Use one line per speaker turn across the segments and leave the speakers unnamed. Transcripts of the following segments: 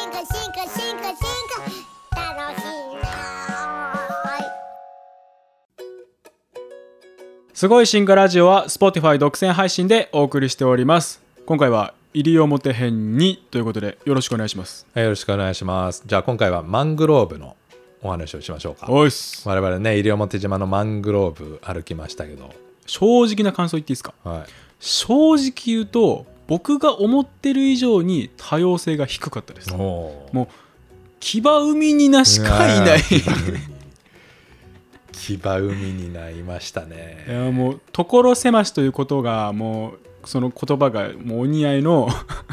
化進化進化楽しいな
すごい進化ラジオは Spotify 独占配信でお送りしております今回は西表編にということでよろしくお願いします
はいよろしくお願いします。じゃあ今回はマングローブのお話をしましょうか。
おいっす
我々ね、西表島のマングローブ歩きましたけど、
正直な感想言っていいですか
は
正直言うと僕が思ってる以上に多様性が低かったです
い。お
もう騎馬海になしかい ない
騎馬海になりました
い
ね。
やもう所狭しということがもうその言葉がもうお似合いの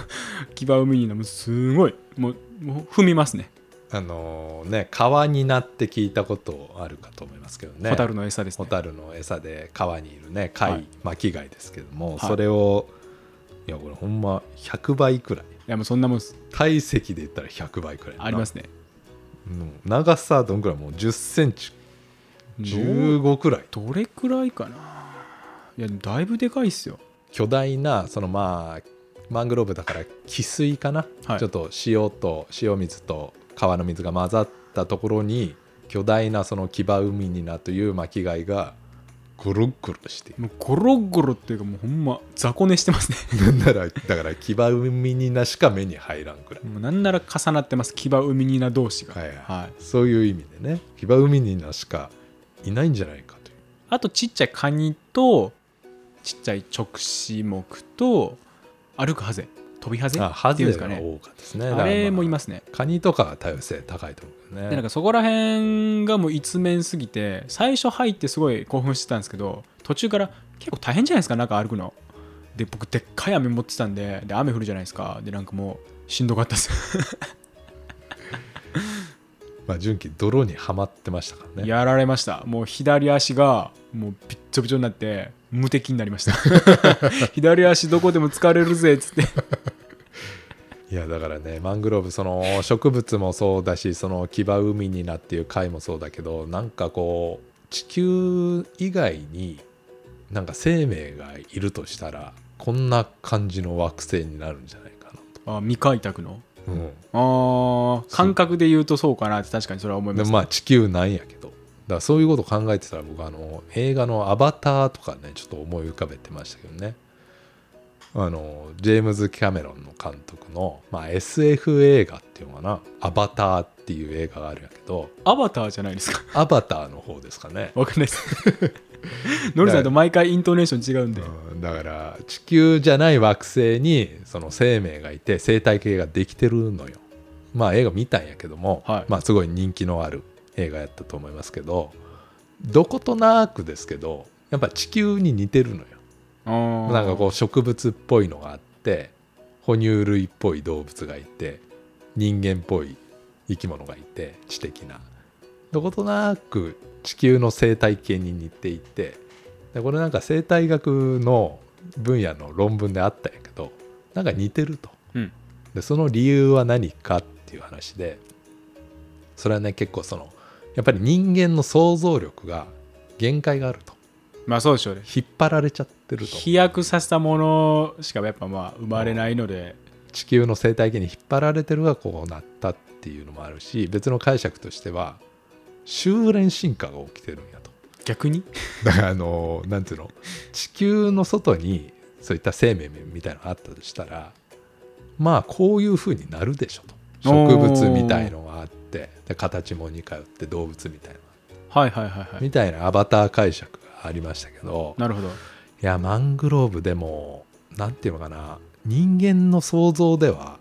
騎馬海になもうすごいもうもう踏みますね
あのね、川になって聞いたことあるかと思いますけどね。
ホタルの餌です
ホ
ね
タルの餌で川にいるね貝、
はい
巻き貝ですけど
は
も、
い
それをいやこれほんま100倍くらい
いやもうそんなもんす
体積で言ったら100倍くらい
ありますね
もう長さどんくらいもう1 0ンチ15くらい
どれくらいかないやだいぶでかいっすよ
巨大なそのまあマングローブだから汽水かな、
はい
ちょっと塩と塩水と川の水が混ざったところに巨大なそのキバウミニナという巻き貝がゴロゴロしている
もうゴロゴロっていうかもうほんま雑魚寝してますね
なんならだからキバウミニナしか目に入らんくらい
もうなんなら重なってます騎馬海にな同士が
はいはい
はい
そういう意味でねヒバウミニナしかいないんじゃないかという
あとちっちゃいカニとちっちゃい直視目と歩くハゼ飛びハゼ
あハ
ってい
ゼ
うん
が
ですかね
多かったですね
あれもいますすね
カニとかは多様性高いと思うけどね
でなんかそこら辺がもう一面すぎて最初入ってすごい興奮してたんですけど途中から結構大変じゃないですか中歩くので僕でっかい雨持ってたんでで雨降るじゃないですかでなんかもうしんどかったです
まあ、純喜泥にはまってましたからね
やられましたもう左足がもうびっちょびちょになって無敵になりました 左足どこでも疲れるぜっつって
いやだからねマングローブその植物もそうだしそのキバウミニナっていう貝もそうだけどなんかこう地球以外になんか生命がいるとしたらこんな感じの惑星になるんじゃないかな
あ未開拓の
と、うん
あー
そう
感覚で言うとそうかなって確かにそれは思い
で
ます
まあ地球なんやけどだからそういうことを考えてたら僕あの映画の「アバター」とかねちょっと思い浮かべてましたけどねあのジェームズ・キャメロンの監督の、まあ、SF 映画っていうのかな「アバター」っていう映画があるんやけど
アバターじゃないですか
「アバター」の方ですかね、
わかんないですノリさんと毎回イントネーション違うんで、
うんだから地球じゃない惑星にその生命がいて生態系ができてるのよまあ映画見たんやけども、
はい
まあすごい人気のある映画やったと思いますけどどことなくですけどやっぱ地球に似てるのよ
な
なんかこう植物っぽいのがあって哺乳類っぽい動物がいて人間っぽい生き物がいて知的などことなく地球の生態系に似ていてでこれなんか生態学の分野の論文であったんやけどなんか似てると
う、ん、
でその理由は何かっていう話でそれはね結構そのやっぱり人間の想像力が限界があると
まあそうでしょうね
引っ張られちゃってると
飛躍させたものしかやっぱまあ生まれないので、
地球の生態系に引っ張られてるがこうなったっていうのもあるし別の解釈としては修練進化が起きてるんやと
逆に
だからあのなんていうの地球の外にそういった生命みたいなのがあったとしたらまあこういう風になるでしょと植物みたいのがあってで形も似通って動物みたいな
はいはいはいはい
みたいなアバター解釈がありましたけど
なるほど
いやマングローブでもなんていうのかな人間の想像では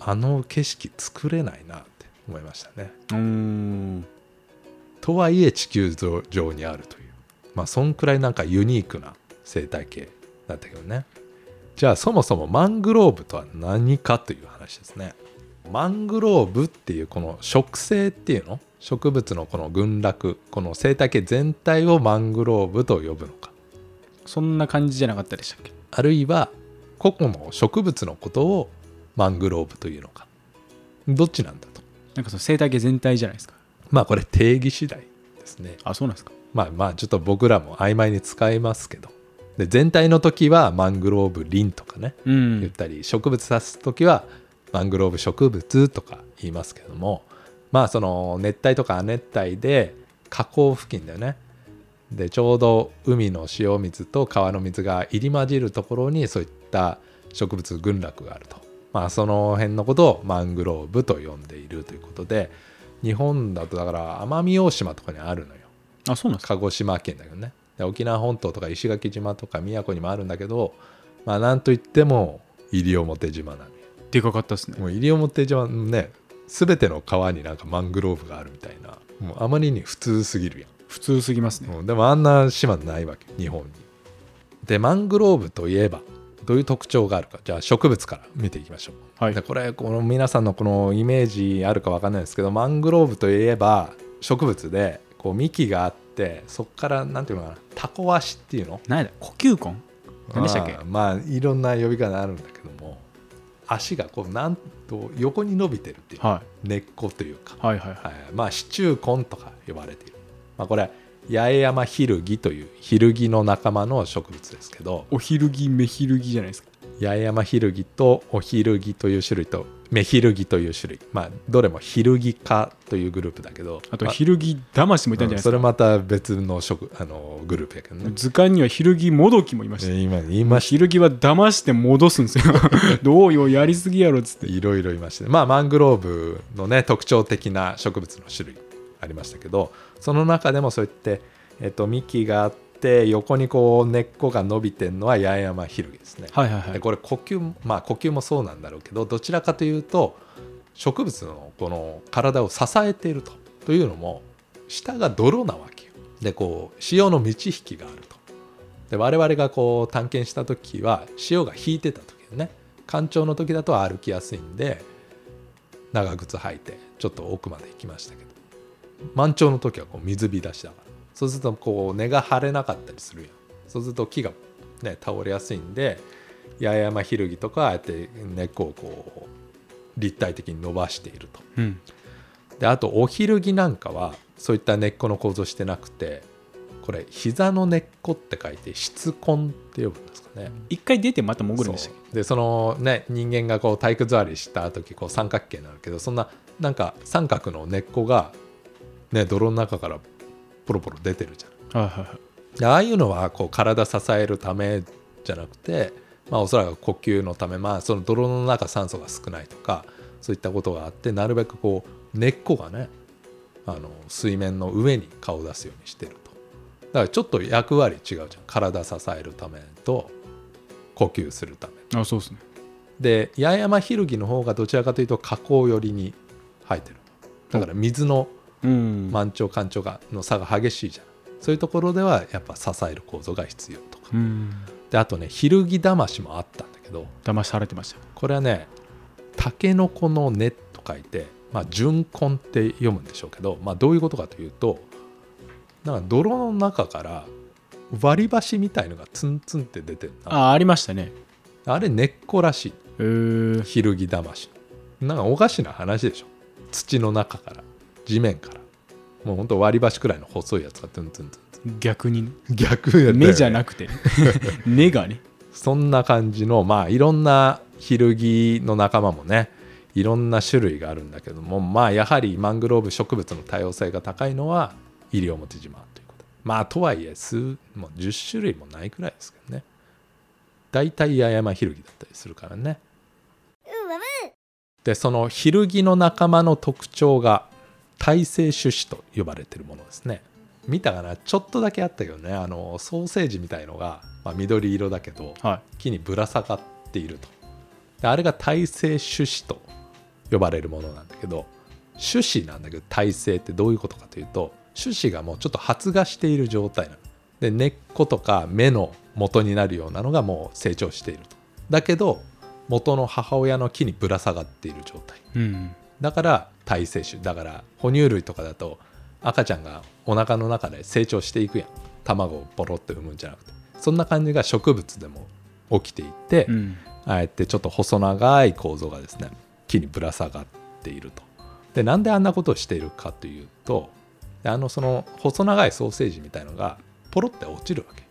あの景色作れないなって思いましたね。
うーん
とはいえ地球上にあるというまあそんくらいなんかユニークな生態系だったけどねじゃあそもそもマングローブとは何かという話ですねマングローブっていうこの植生っていうの植物のこの群落この生態系全体をマングローブと呼ぶのか
そんな感じじゃなかったでしたっけ
あるいは個々の植物のことをマングローブというのかどっちなんだと
なんかその生態系全体じゃないですか
まあこれ定義次第ですね
あそうなんですか
まあまあちょっと僕らも曖昧に使いますけどで全体の時はマングローブ林とかね
うん
言ったり植物指す時はマングローブ植物とか言いますけどもまあその熱帯とか亜熱帯で河口付近だよねでちょうど海の塩水と川の水が入り混じるところにそういった植物群落があると、まあ、その辺のことをマングローブと呼んでいるということで日本だとだから奄美大島とかにあるのよ
あそうなんですか
鹿児島県だけどねで沖縄本島とか石垣島とか宮古にもあるんだけどまあなんといっても西表島なのよ
でかかったですね
もう西表島のね全ての川になんかマングローブがあるみたいなもうあまりに普通すぎるやん
普通すぎますね、
うんでもあんな島ないわけ日本にでマングローブといえばどういう特徴があるかじゃあ植物から見ていきましょう、
はい
でこれこの皆さんのこのイメージあるかわかんないですけどマングローブといえば植物でこう幹があってそこからなんていうのかなタコ足っていうの
何やだ呼吸根何でしたっけ
まあまあいろんな呼び方あるんだけども足がこうなんと横に伸びてるっていう、
は
根っこというか
い、はいはいはい
はい、まあシチューコンとか呼ばれている、まあ、これ八重山ヒルギというヒルギの仲間の植物ですけど
お昼ぎ目昼ぎじゃないですか
八重山ヒルギとオヒルギという種類とメヒルギという種類まあどれもヒルギ科というグループだけど
あと
ま
昼ぎ魂もいたんじゃ
うん
ない
そ
です
れ
か、
また別の植あのグループやけどね
図鑑には昼ぎもどきもいました、
え今言いまし
昼ぎは騙して戻すん ですよどうよやりすぎやろっつって
たいろいろいましたねまあマングローブのね特徴的な植物の種類ありましたけどその中でもそうやって、えっと、幹があって横にこう根っこが伸びてるのは八重山ヒルギですね、
はいはいは
で
い
これ呼吸まあ呼吸もそうなんだろうけどどちらかというと植物のこの体を支えているとというのも下が泥なわけよでこう潮の満ち引きがあるとで我々がこう探検した時は潮が引いてた時ね干潮の時だと歩きやすいんで長靴履いてちょっと奥まで行きましたけど満潮の時はこう水浸しだからそうするとこう根が張れなかったりするやんそうすると木がね倒れやすいんで八重山ひるぎとかああやって根っこをこう立体的に伸ばしていると
うん
であとおひるぎなんかはそういった根っこの構造してなくてこれ膝の根っこって書いて質根って呼ぶんですかね
一回出てまた潜るんでしたっ
そうでそのね人間がこう体育座りした時こう三角形になるけどそんななんか三角の根っこがね泥の中からポロポロ出てるじゃん
けはいはいはい
でああいうのはこう体支えるためじゃなくて、まあ、おそらく呼吸のため、まあ、その泥の中酸素が少ないとかそういったことがあってなるべくこう根っこがねあの水面の上に顔を出すようにしてるとだからちょっと役割違うじゃん体支えるためと呼吸するため
あそうですね
で八重山ひるぎの方がどちらかというと河口寄りに生えてるだから水の
うん、
満潮干潮がの差が激しいじゃんそういうところではやっぱ支える構造が必要とか
うん
であとねひるぎだましもあったんだけど
騙されてました
これはねタケノコの根と書いてまあ純根って読むんでしょうけど、まあ、どういうことかというとなんか泥の中から割り箸みたいのがツンツンって出てるな
あありましたね
あれ根っこらしい
えー、
ひるぎだましなんかおかしな話でしょ土の中から地面からもうほんと割り箸くらいの細いやつがツンツンツンツン
逆にね
逆や
目じゃ
な
なく て根がね
そんな感じのまあいろんなヒルギの仲間もねいろんな種類があるんだけどもまあやはりマングローブ植物の多様性が高いのは西表島ということまあとはいえ数もう10種類もないくらいですけどね大体八重山ヒルギだったりするからね
うわう
でそのヒルギの仲間の特徴が耐性種子と呼ばれてるものですね見たかなちょっとだけあったけどねあのソーセージみたいのが、まあ、緑色だけど
は
木にぶら下がっているとであれが耐性種子と呼ばれるものなんだけど種子なんだけど耐性ってどういうことかというと種子がもうちょっと発芽している状態なので根っことか芽の元になるようなのがもう成長しているとだけど元の母親の木にぶら下がっている状態
いうん
だから耐性種だから哺乳類とかだと赤ちゃんがお腹の中で成長していくやん卵をポロッと産むんじゃなくてそんな感じが植物でも起きていて、
うん
ああやってちょっと細長い構造がですね木にぶら下がっているとでなんであんなことをしているかというとあのその細長いソーセージみたいのがポロって落ちるわけ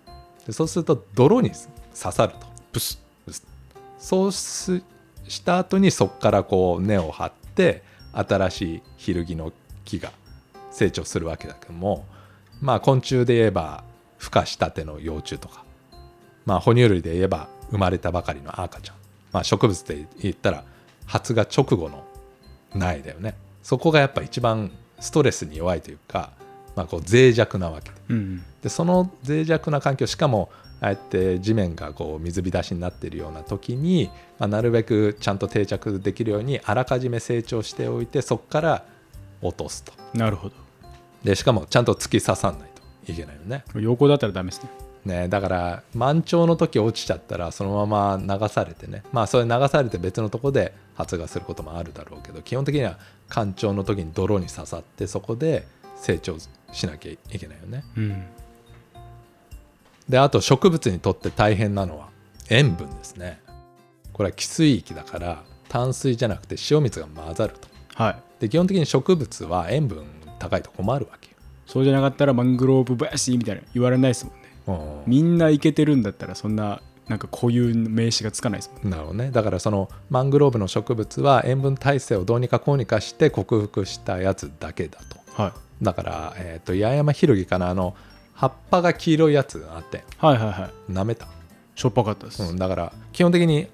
でそうすると泥に刺さると
ブス
そうすした後にそこからこう根を張って新しいヒルギの木が成長するわけだけどもまあ昆虫で言えば孵化したての幼虫とかまあ哺乳類で言えば生まれたばかりの赤ちゃんまあ植物で言ったら発芽直後の苗だよねそこがやっぱ一番ストレスに弱いというか、まあ、こう脆弱なわけで
うん
でその脆弱な環境しかもああやって地面がこう水浸しになっているような時に、まあ、なるべくちゃんと定着できるようにあらかじめ成長しておいてそこから落とすと
なるほ
でしかもちゃんと突き刺さないといけないよね
ど陽光だったらダメですね
ねだから満潮の時落ちちゃったらそのまま流されてねまあそれ流されて別のとこで発芽することもあるだろうけど基本的には干潮の時に泥に刺さってそこで成長しなきゃいけないよね
うん
であと植物にとって大変なのは塩分ですねこれは汽水域だから淡水じゃなくて塩水が混ざると
はい
で基本的に植物は塩分高いと困るわけ
そうじゃなかったらマングローブ林みたいな言われないですもんね
よ、
みんなイケてるんだったらそんななんか固有の名詞がつかないですもんね
なるほどねだからそのマングローブの植物は塩分耐性をどうにかこうにかして克服したやつだけだと
はい
だから、えー、と八重山ひろぎかなあの葉っぱが黄色いやつあって
はいはいはい
なめた
しょっぱかったです、
うん、だから基本的に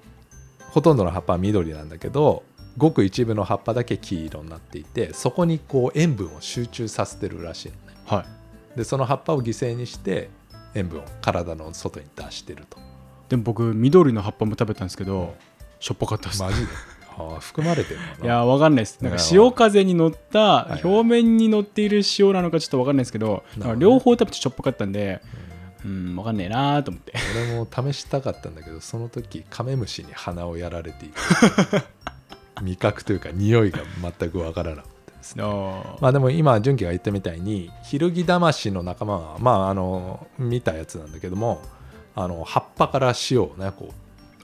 ほとんどの葉っぱは緑なんだけどごく一部の葉っぱだけ黄色になっていてそこにこう塩分を集中させてるらしいのね
はい
でその葉っぱを犠牲にして塩分を体の外に出してると
でも僕緑の葉っぱも食べたんですけどしょっぱかったです、
ジでああ含まれてるのかない
やーわか んないですなんか潮風に乗った
いはい
表面に乗っている塩なのかちょっとわかんないですけど
なるほどね
なんか両方食べてしょっぱかったんでうんわかんねえなーと思 って
俺も試したかったんだけどその時カメムシに鼻をやられていて 味覚というか匂いが全くわからなくてですね
あー
まあでも今純喜が言ったみたいにヒルギ魂の仲間はまああの見たやつなんだけどもあの葉っぱから塩をねこう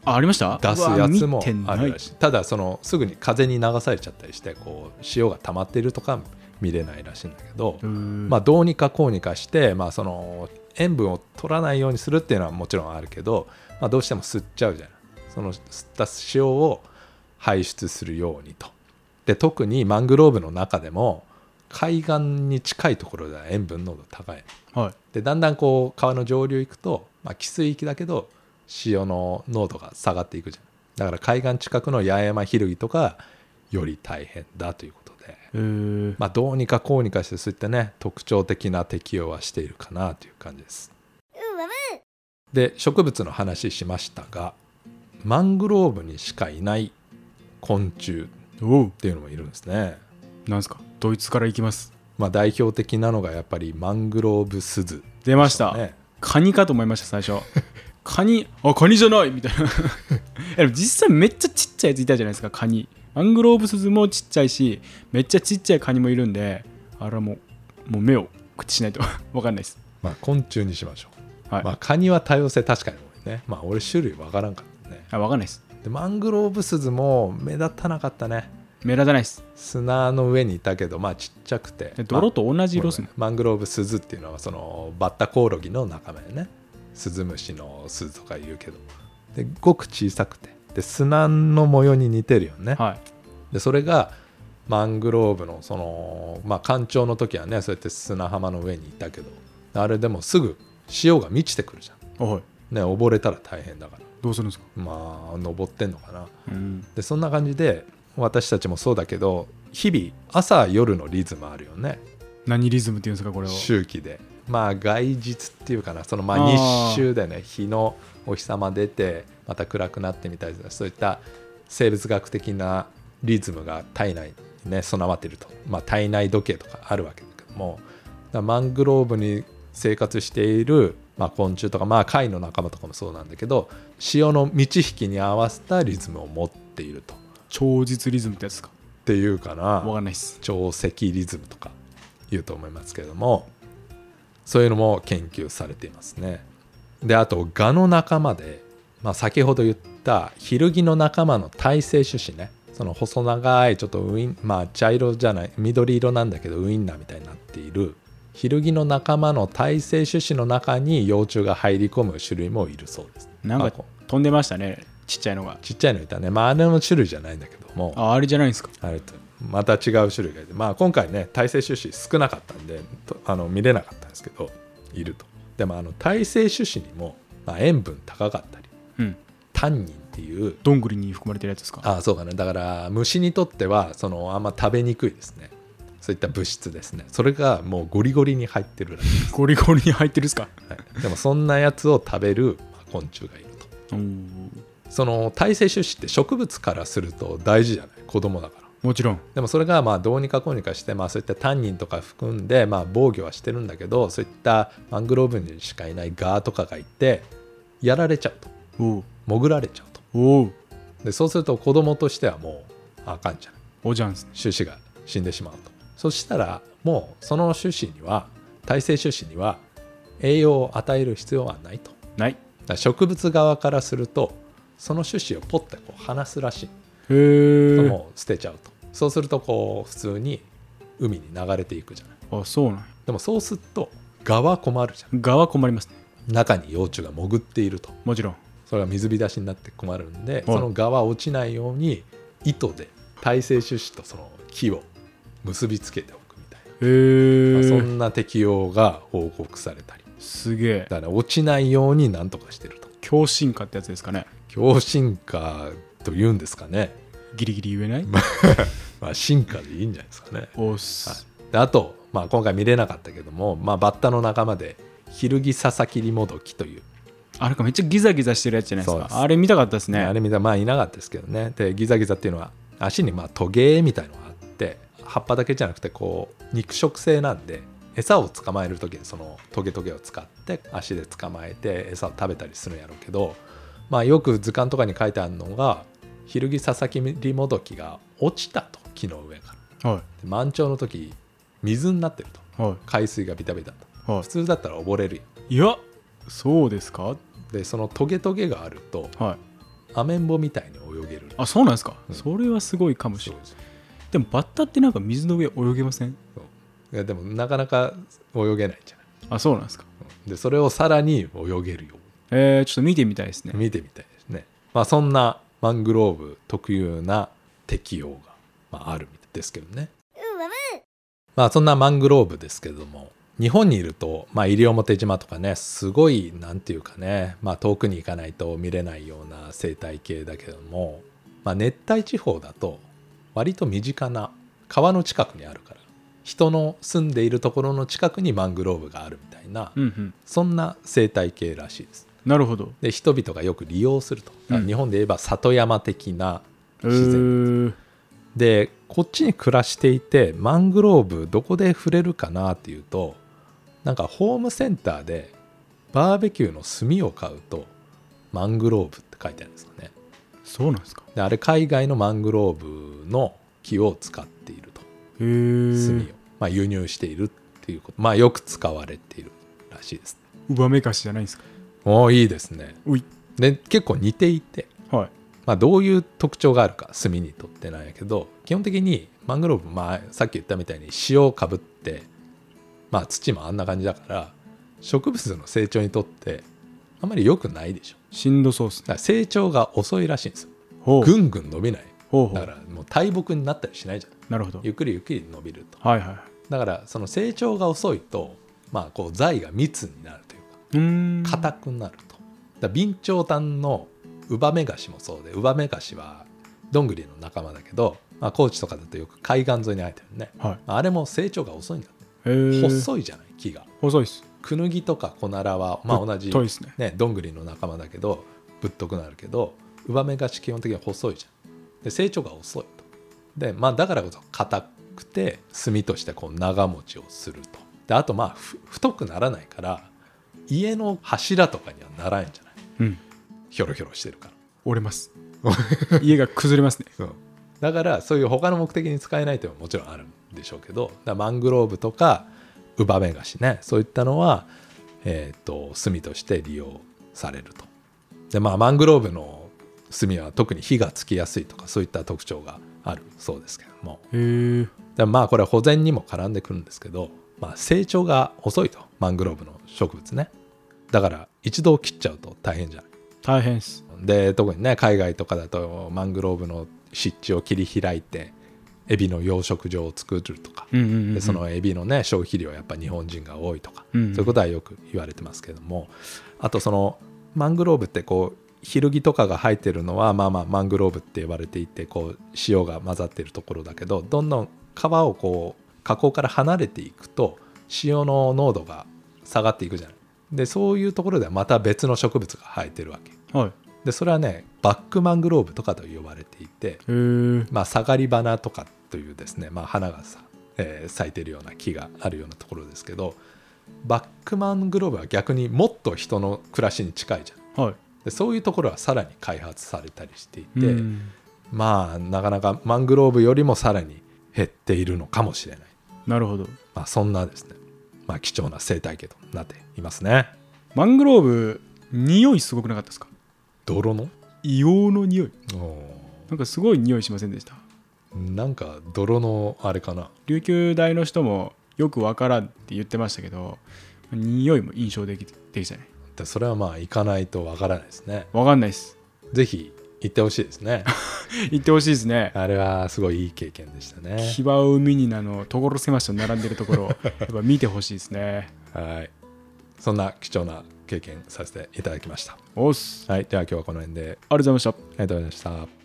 あありました
出すやつも
うわ見
あ
て
る
な
ら
い
しいただそのすぐに風に流されちゃったりしてこう塩が溜まっているとか見れないらしいんだけど、
ま
まあ、どうにかこうにかして、まあ、その塩分を取らないようにするっていうのはもちろんあるけど、まあ、どうしても吸っちゃうじゃないその吸った塩を排出するようにとで特にマングローブの中でも海岸に近いところでは塩分濃度高い
あはい
でだんだんこう川の上流行くと、まあ、汽水域だけど塩の濃度が下がっていくじゃんだから海岸近くの八重山ひるぎとかより大変だということで
えー
まあ、どうにかこうにかしてそういったね特徴的な適用はしているかなという感じです。
うわう
で植物の話しましたがマングローブにしかいない昆虫っ
おう
ていうのもいるんですね。
なんすかドイツから行きます
まあ、代表的なのがやっぱりマングローブスズ、
出ました、
ね、
カニかと思いました最初カニあカニじゃないみたいな いやでも実際めっちゃちっちゃいやついたじゃないですかカニマングローブスズもちっちゃいしめっちゃちっちゃいカニもいるんであれはもうもう目を口しないと わかんないです
まあ、昆虫にしましょう。
はい
まあ、カニは多様性確かに多いね。まあ俺種類わからんかったね。
あわかんないです
でマングローブスズも目立たなかったね。
目立たないです
砂の上にいたけどまあちっちゃくて
で。泥と同じ色っすもん、
マングローブスズっていうのはそのバッタコオロギの仲間よねスズムシのスズとか言うけどでごく小さくてで砂の模様に似てるよね、
はい
でそれがマングローブのそのまあ干潮の時はねそうやって砂浜の上にいたけどあれでもすぐ潮が満ちてくるじゃん
あはい
ね溺れたら大変だから
どうするんですか
まあ登ってんのかな
うん
でそんな感じで私たちもそうだけど日々朝夜のリズムあるよね
何リズムっていうんですかこれを
周期でまあ外日っていうかなそのま
あー
あ日周でね日のお日様出てまた暗くなってみたりとかそういった生物学的なリズムが体内にね備わっていると、まあ、体内時計とかあるわけだけどもだからマングローブに生活している、まあ、昆虫とか、まあ、貝の仲間とかもそうなんだけど潮の満ち引きに合わせたリズムを持っているとっ
超絶リズムってやつですか
ていうかな
わかんないです
潮汐リズムとか言うと思いますけれどもそういうのも研究されていますね。であとガの仲間で、まあ、先ほど言ったヒルギの仲間の耐性種子ねその細長いちょっとウインまあ茶色じゃない緑色なんだけどウインナーみたいになっているヒルギの仲間の耐性種子の中に幼虫が入り込む種類もいるそうです。
なんか
あこ
飛んでましたねちっちゃいのが
ちっちゃいのいたねまああれの種類じゃないんだけども
ああれじゃないんですか
あれとまた違う種類がいて、まあ、今回ね耐性種子少なかったんでとあの見れなかったんですけどいるとでもあの耐性種子にも、まあ、塩分高かったり
うん
タンニンっていう
どんぐりに含まれてるやつですか
ああそうかねだから虫にとってはそのあんま食べにくいですねそういった物質ですねそれがもうゴリゴリに入ってるらしいです、
ゴリゴリに入ってるっすか
はい、でもそんなやつを食べるまあ昆虫がいるとその耐性種子って植物からすると大事じゃない子供だから
もちろん
でもそれがまあどうにかこうにかして、まあ、そういったタンニンとか含んで、まあ、防御はしてるんだけどそういったマングローブにしかいないガーとかがいてやられちゃうと
おう
潜られちゃうと
おう
でそうすると子供としてはもうあかんじゃん
おじゃんっすね
種子が死んでしまうとそしたらもうその種子には耐性種子には栄養を与える必要はないとだか
ない
ら植物側からするとその種子をポッてこう離すらしい
へえ
もう捨てちゃうとそうするとこう普通に海に流れていくじゃない
あそうなんや
でもそうすると蛾は困るじゃ
蛾は困りますね
ん中に幼虫が潜っていると
もちろん
それが水浸しになって困るんで
はい
その蛾は落ちないように糸で耐性種子とその木を結びつけておくみたいな、
へ
まあそ
え
んな適用が報告されたり
すげえ
だから落ちないようになんとかしてると
強進化ってやつですかね
強進化というんですかね、
ギリギリ言えない
まあ、進化でいいんじゃないですかね
おっす
であと、まあ、今回見れなかったけども、まあ、バッタの仲間でヒルギササキリモドキという、
あれかめっちゃギザギザしてるやつじゃないです
そうで
か
す
あれ見たかったですね
あれ見たまあいなかったですけどねでギザギザっていうのは足にまあトゲみたいのがあって葉っぱだけじゃなくてこう肉食性なんで餌を捕まえる時にそのトゲトゲを使って足で捕まえて餌を食べたりするんやろうけど、まあ、よく図鑑とかに書いてあるのがヒルギササキリモドキが落ちたと木の上から
は
で満潮の時水になってると
いは
海水がビタビタと。
いは
普通だったら溺れるよ
いいやそうですか
でそのトゲトゲがあると
はい
アメンボみたいに泳げる
あそうなんですか、
うん
それはすごいかもし
そ
れ
う
ないでもバッタってなんか水の上泳げません
そういやでもなかなか泳げないじゃない
あそうなんですか
うんでそれをさらに泳げるよ
えー、ちょっと見てみたいですね
うに見てみたいですね、まあ、そんなマングローブ特有な適用が、まあ、あるみたいですけどね
うわわ
まあそんなマングローブですけども日本にいると、まあ、西表島とかねすごいなんていうかね、まあ、遠くに行かないと見れないような生態系だけども、まあ、熱帯地方だと割と身近な川の近くにあるから人の住んでいるところの近くにマングローブがあるみたいな、
うんうん
そんな生態系らしいです。
なるほど
で人々がよく利用するとだから日本で言えば里山的な
え
自然
ー、
でこっちに暮らしていてマングローブどこで触れるかなっていうとなんかホームセンターでバーベキューの炭を買うとマングローブって書いてあるんですよね
そうなんですか
であれ海外のマングローブの木を使っていると
へえ
炭を
ー、、
まあ、輸入しているっていうことまあよく使われているらしいです
上めかしじゃないんですか
おおいいですね
うい
で結構似ていて
はい
まあ、どういう特徴があるか炭にとってなんやけど基本的にマングローブ、まあ、さっき言ったみたいに塩をかぶって、まあ、土もあんな感じだから植物の成長にとってあんまり良くないでしょ
しんどそうっす
だ
ね
から成長が遅いらしいんですよ
ほう
ぐんぐん伸びない
ほうほ
だか
う
らもう大木になったりしないじゃん
なるほど
ゆっくりゆっくり伸びると
はいはいはい
だからその成長が遅いと、まあ、こう材が密になるというか
うーん
硬くなるとだから備長炭のウバメガシもそうでウバメガシはどんぐりの仲間だけど、まあ、高知とかだとよく海岸沿いに生えてるね、
はい
まああれも成長が遅いんだって、
えー、い
細いじゃない木が
細いっす
クヌギとかコナラは、まあ、
ぶっ
同じ
といっすね
ね、どんぐりの仲間だけどぶっとくなるけどウバメガシ基本的には細いじゃんで成長が遅いとで、まあ、だからこそ硬くて炭としてこう長持ちをするとであとまあふ太くならないから家の柱とかにはならないんじゃない
うん
ひょろひょろしてるから
折れます 家が崩れますね
そうだからそういう他の目的に使えないというのはもちろんあるんでしょうけどだからマングローブとかウバメガシねそういったのは、えー、と炭として利用されるとでまあマングローブの炭は特に火がつきやすいとかそういった特徴があるそうですけども
へえー、
でまあこれは保全にも絡んでくるんですけど、まあ、成長が遅いとマングローブの植物ねだから一度切っちゃうと大変じゃない
大変っす
で特にね海外とかだとマングローブの湿地を切り開いてエビの養殖場を作るとか、
うんうんうんうん
でそのエビのね消費量はやっぱ日本人が多いとか、
うんうん
そういうことはよく言われてますけどもあとそのマングローブってこうヒルギとかが生えてるのはまあまあマングローブって呼ばれていてこう塩が混ざってるところだけどどんどん川をこう河口から離れていくと塩の濃度が下がっていくじゃない。でそういうところではまた別の植物が生えてるわけ。
はい
でそれはねバックマングローブとかと呼ばれていて、
へー
まあ、下がり花とかというですね、まあ、花がさ、えー咲いてるような木があるようなところですけどバックマングローブは逆にもっと人の暮らしに近いじゃん
はい
でそういうところはさらに開発されたりしていて、
うん
まあなかなかマングローブよりもさらに減っているのかもしれない、
なるほど
まあ、そんなですね、まあ、貴重な生態系となっていますね
マングローブ匂いすごくなかったですか
泥の
硫黄の匂い
お
なんかすごい匂いしませんでした
ーなんか泥のあれかな
琉球大の人もよくわからんって言ってましたけど匂いも印象的でしたね
でそれはまあ行かないとわからないですね
わかんないです
ぜひ行ってほしいですね
行ってほしいですね
あれはすごいいい経験でしたね
騎馬を海にあの所狭しと並んでるところをやっぱ見てほしいですね
はいそんな貴重な経験させていただきました
おっす
はいでは今日はこの辺で
ありがとうございました
ありがとうございました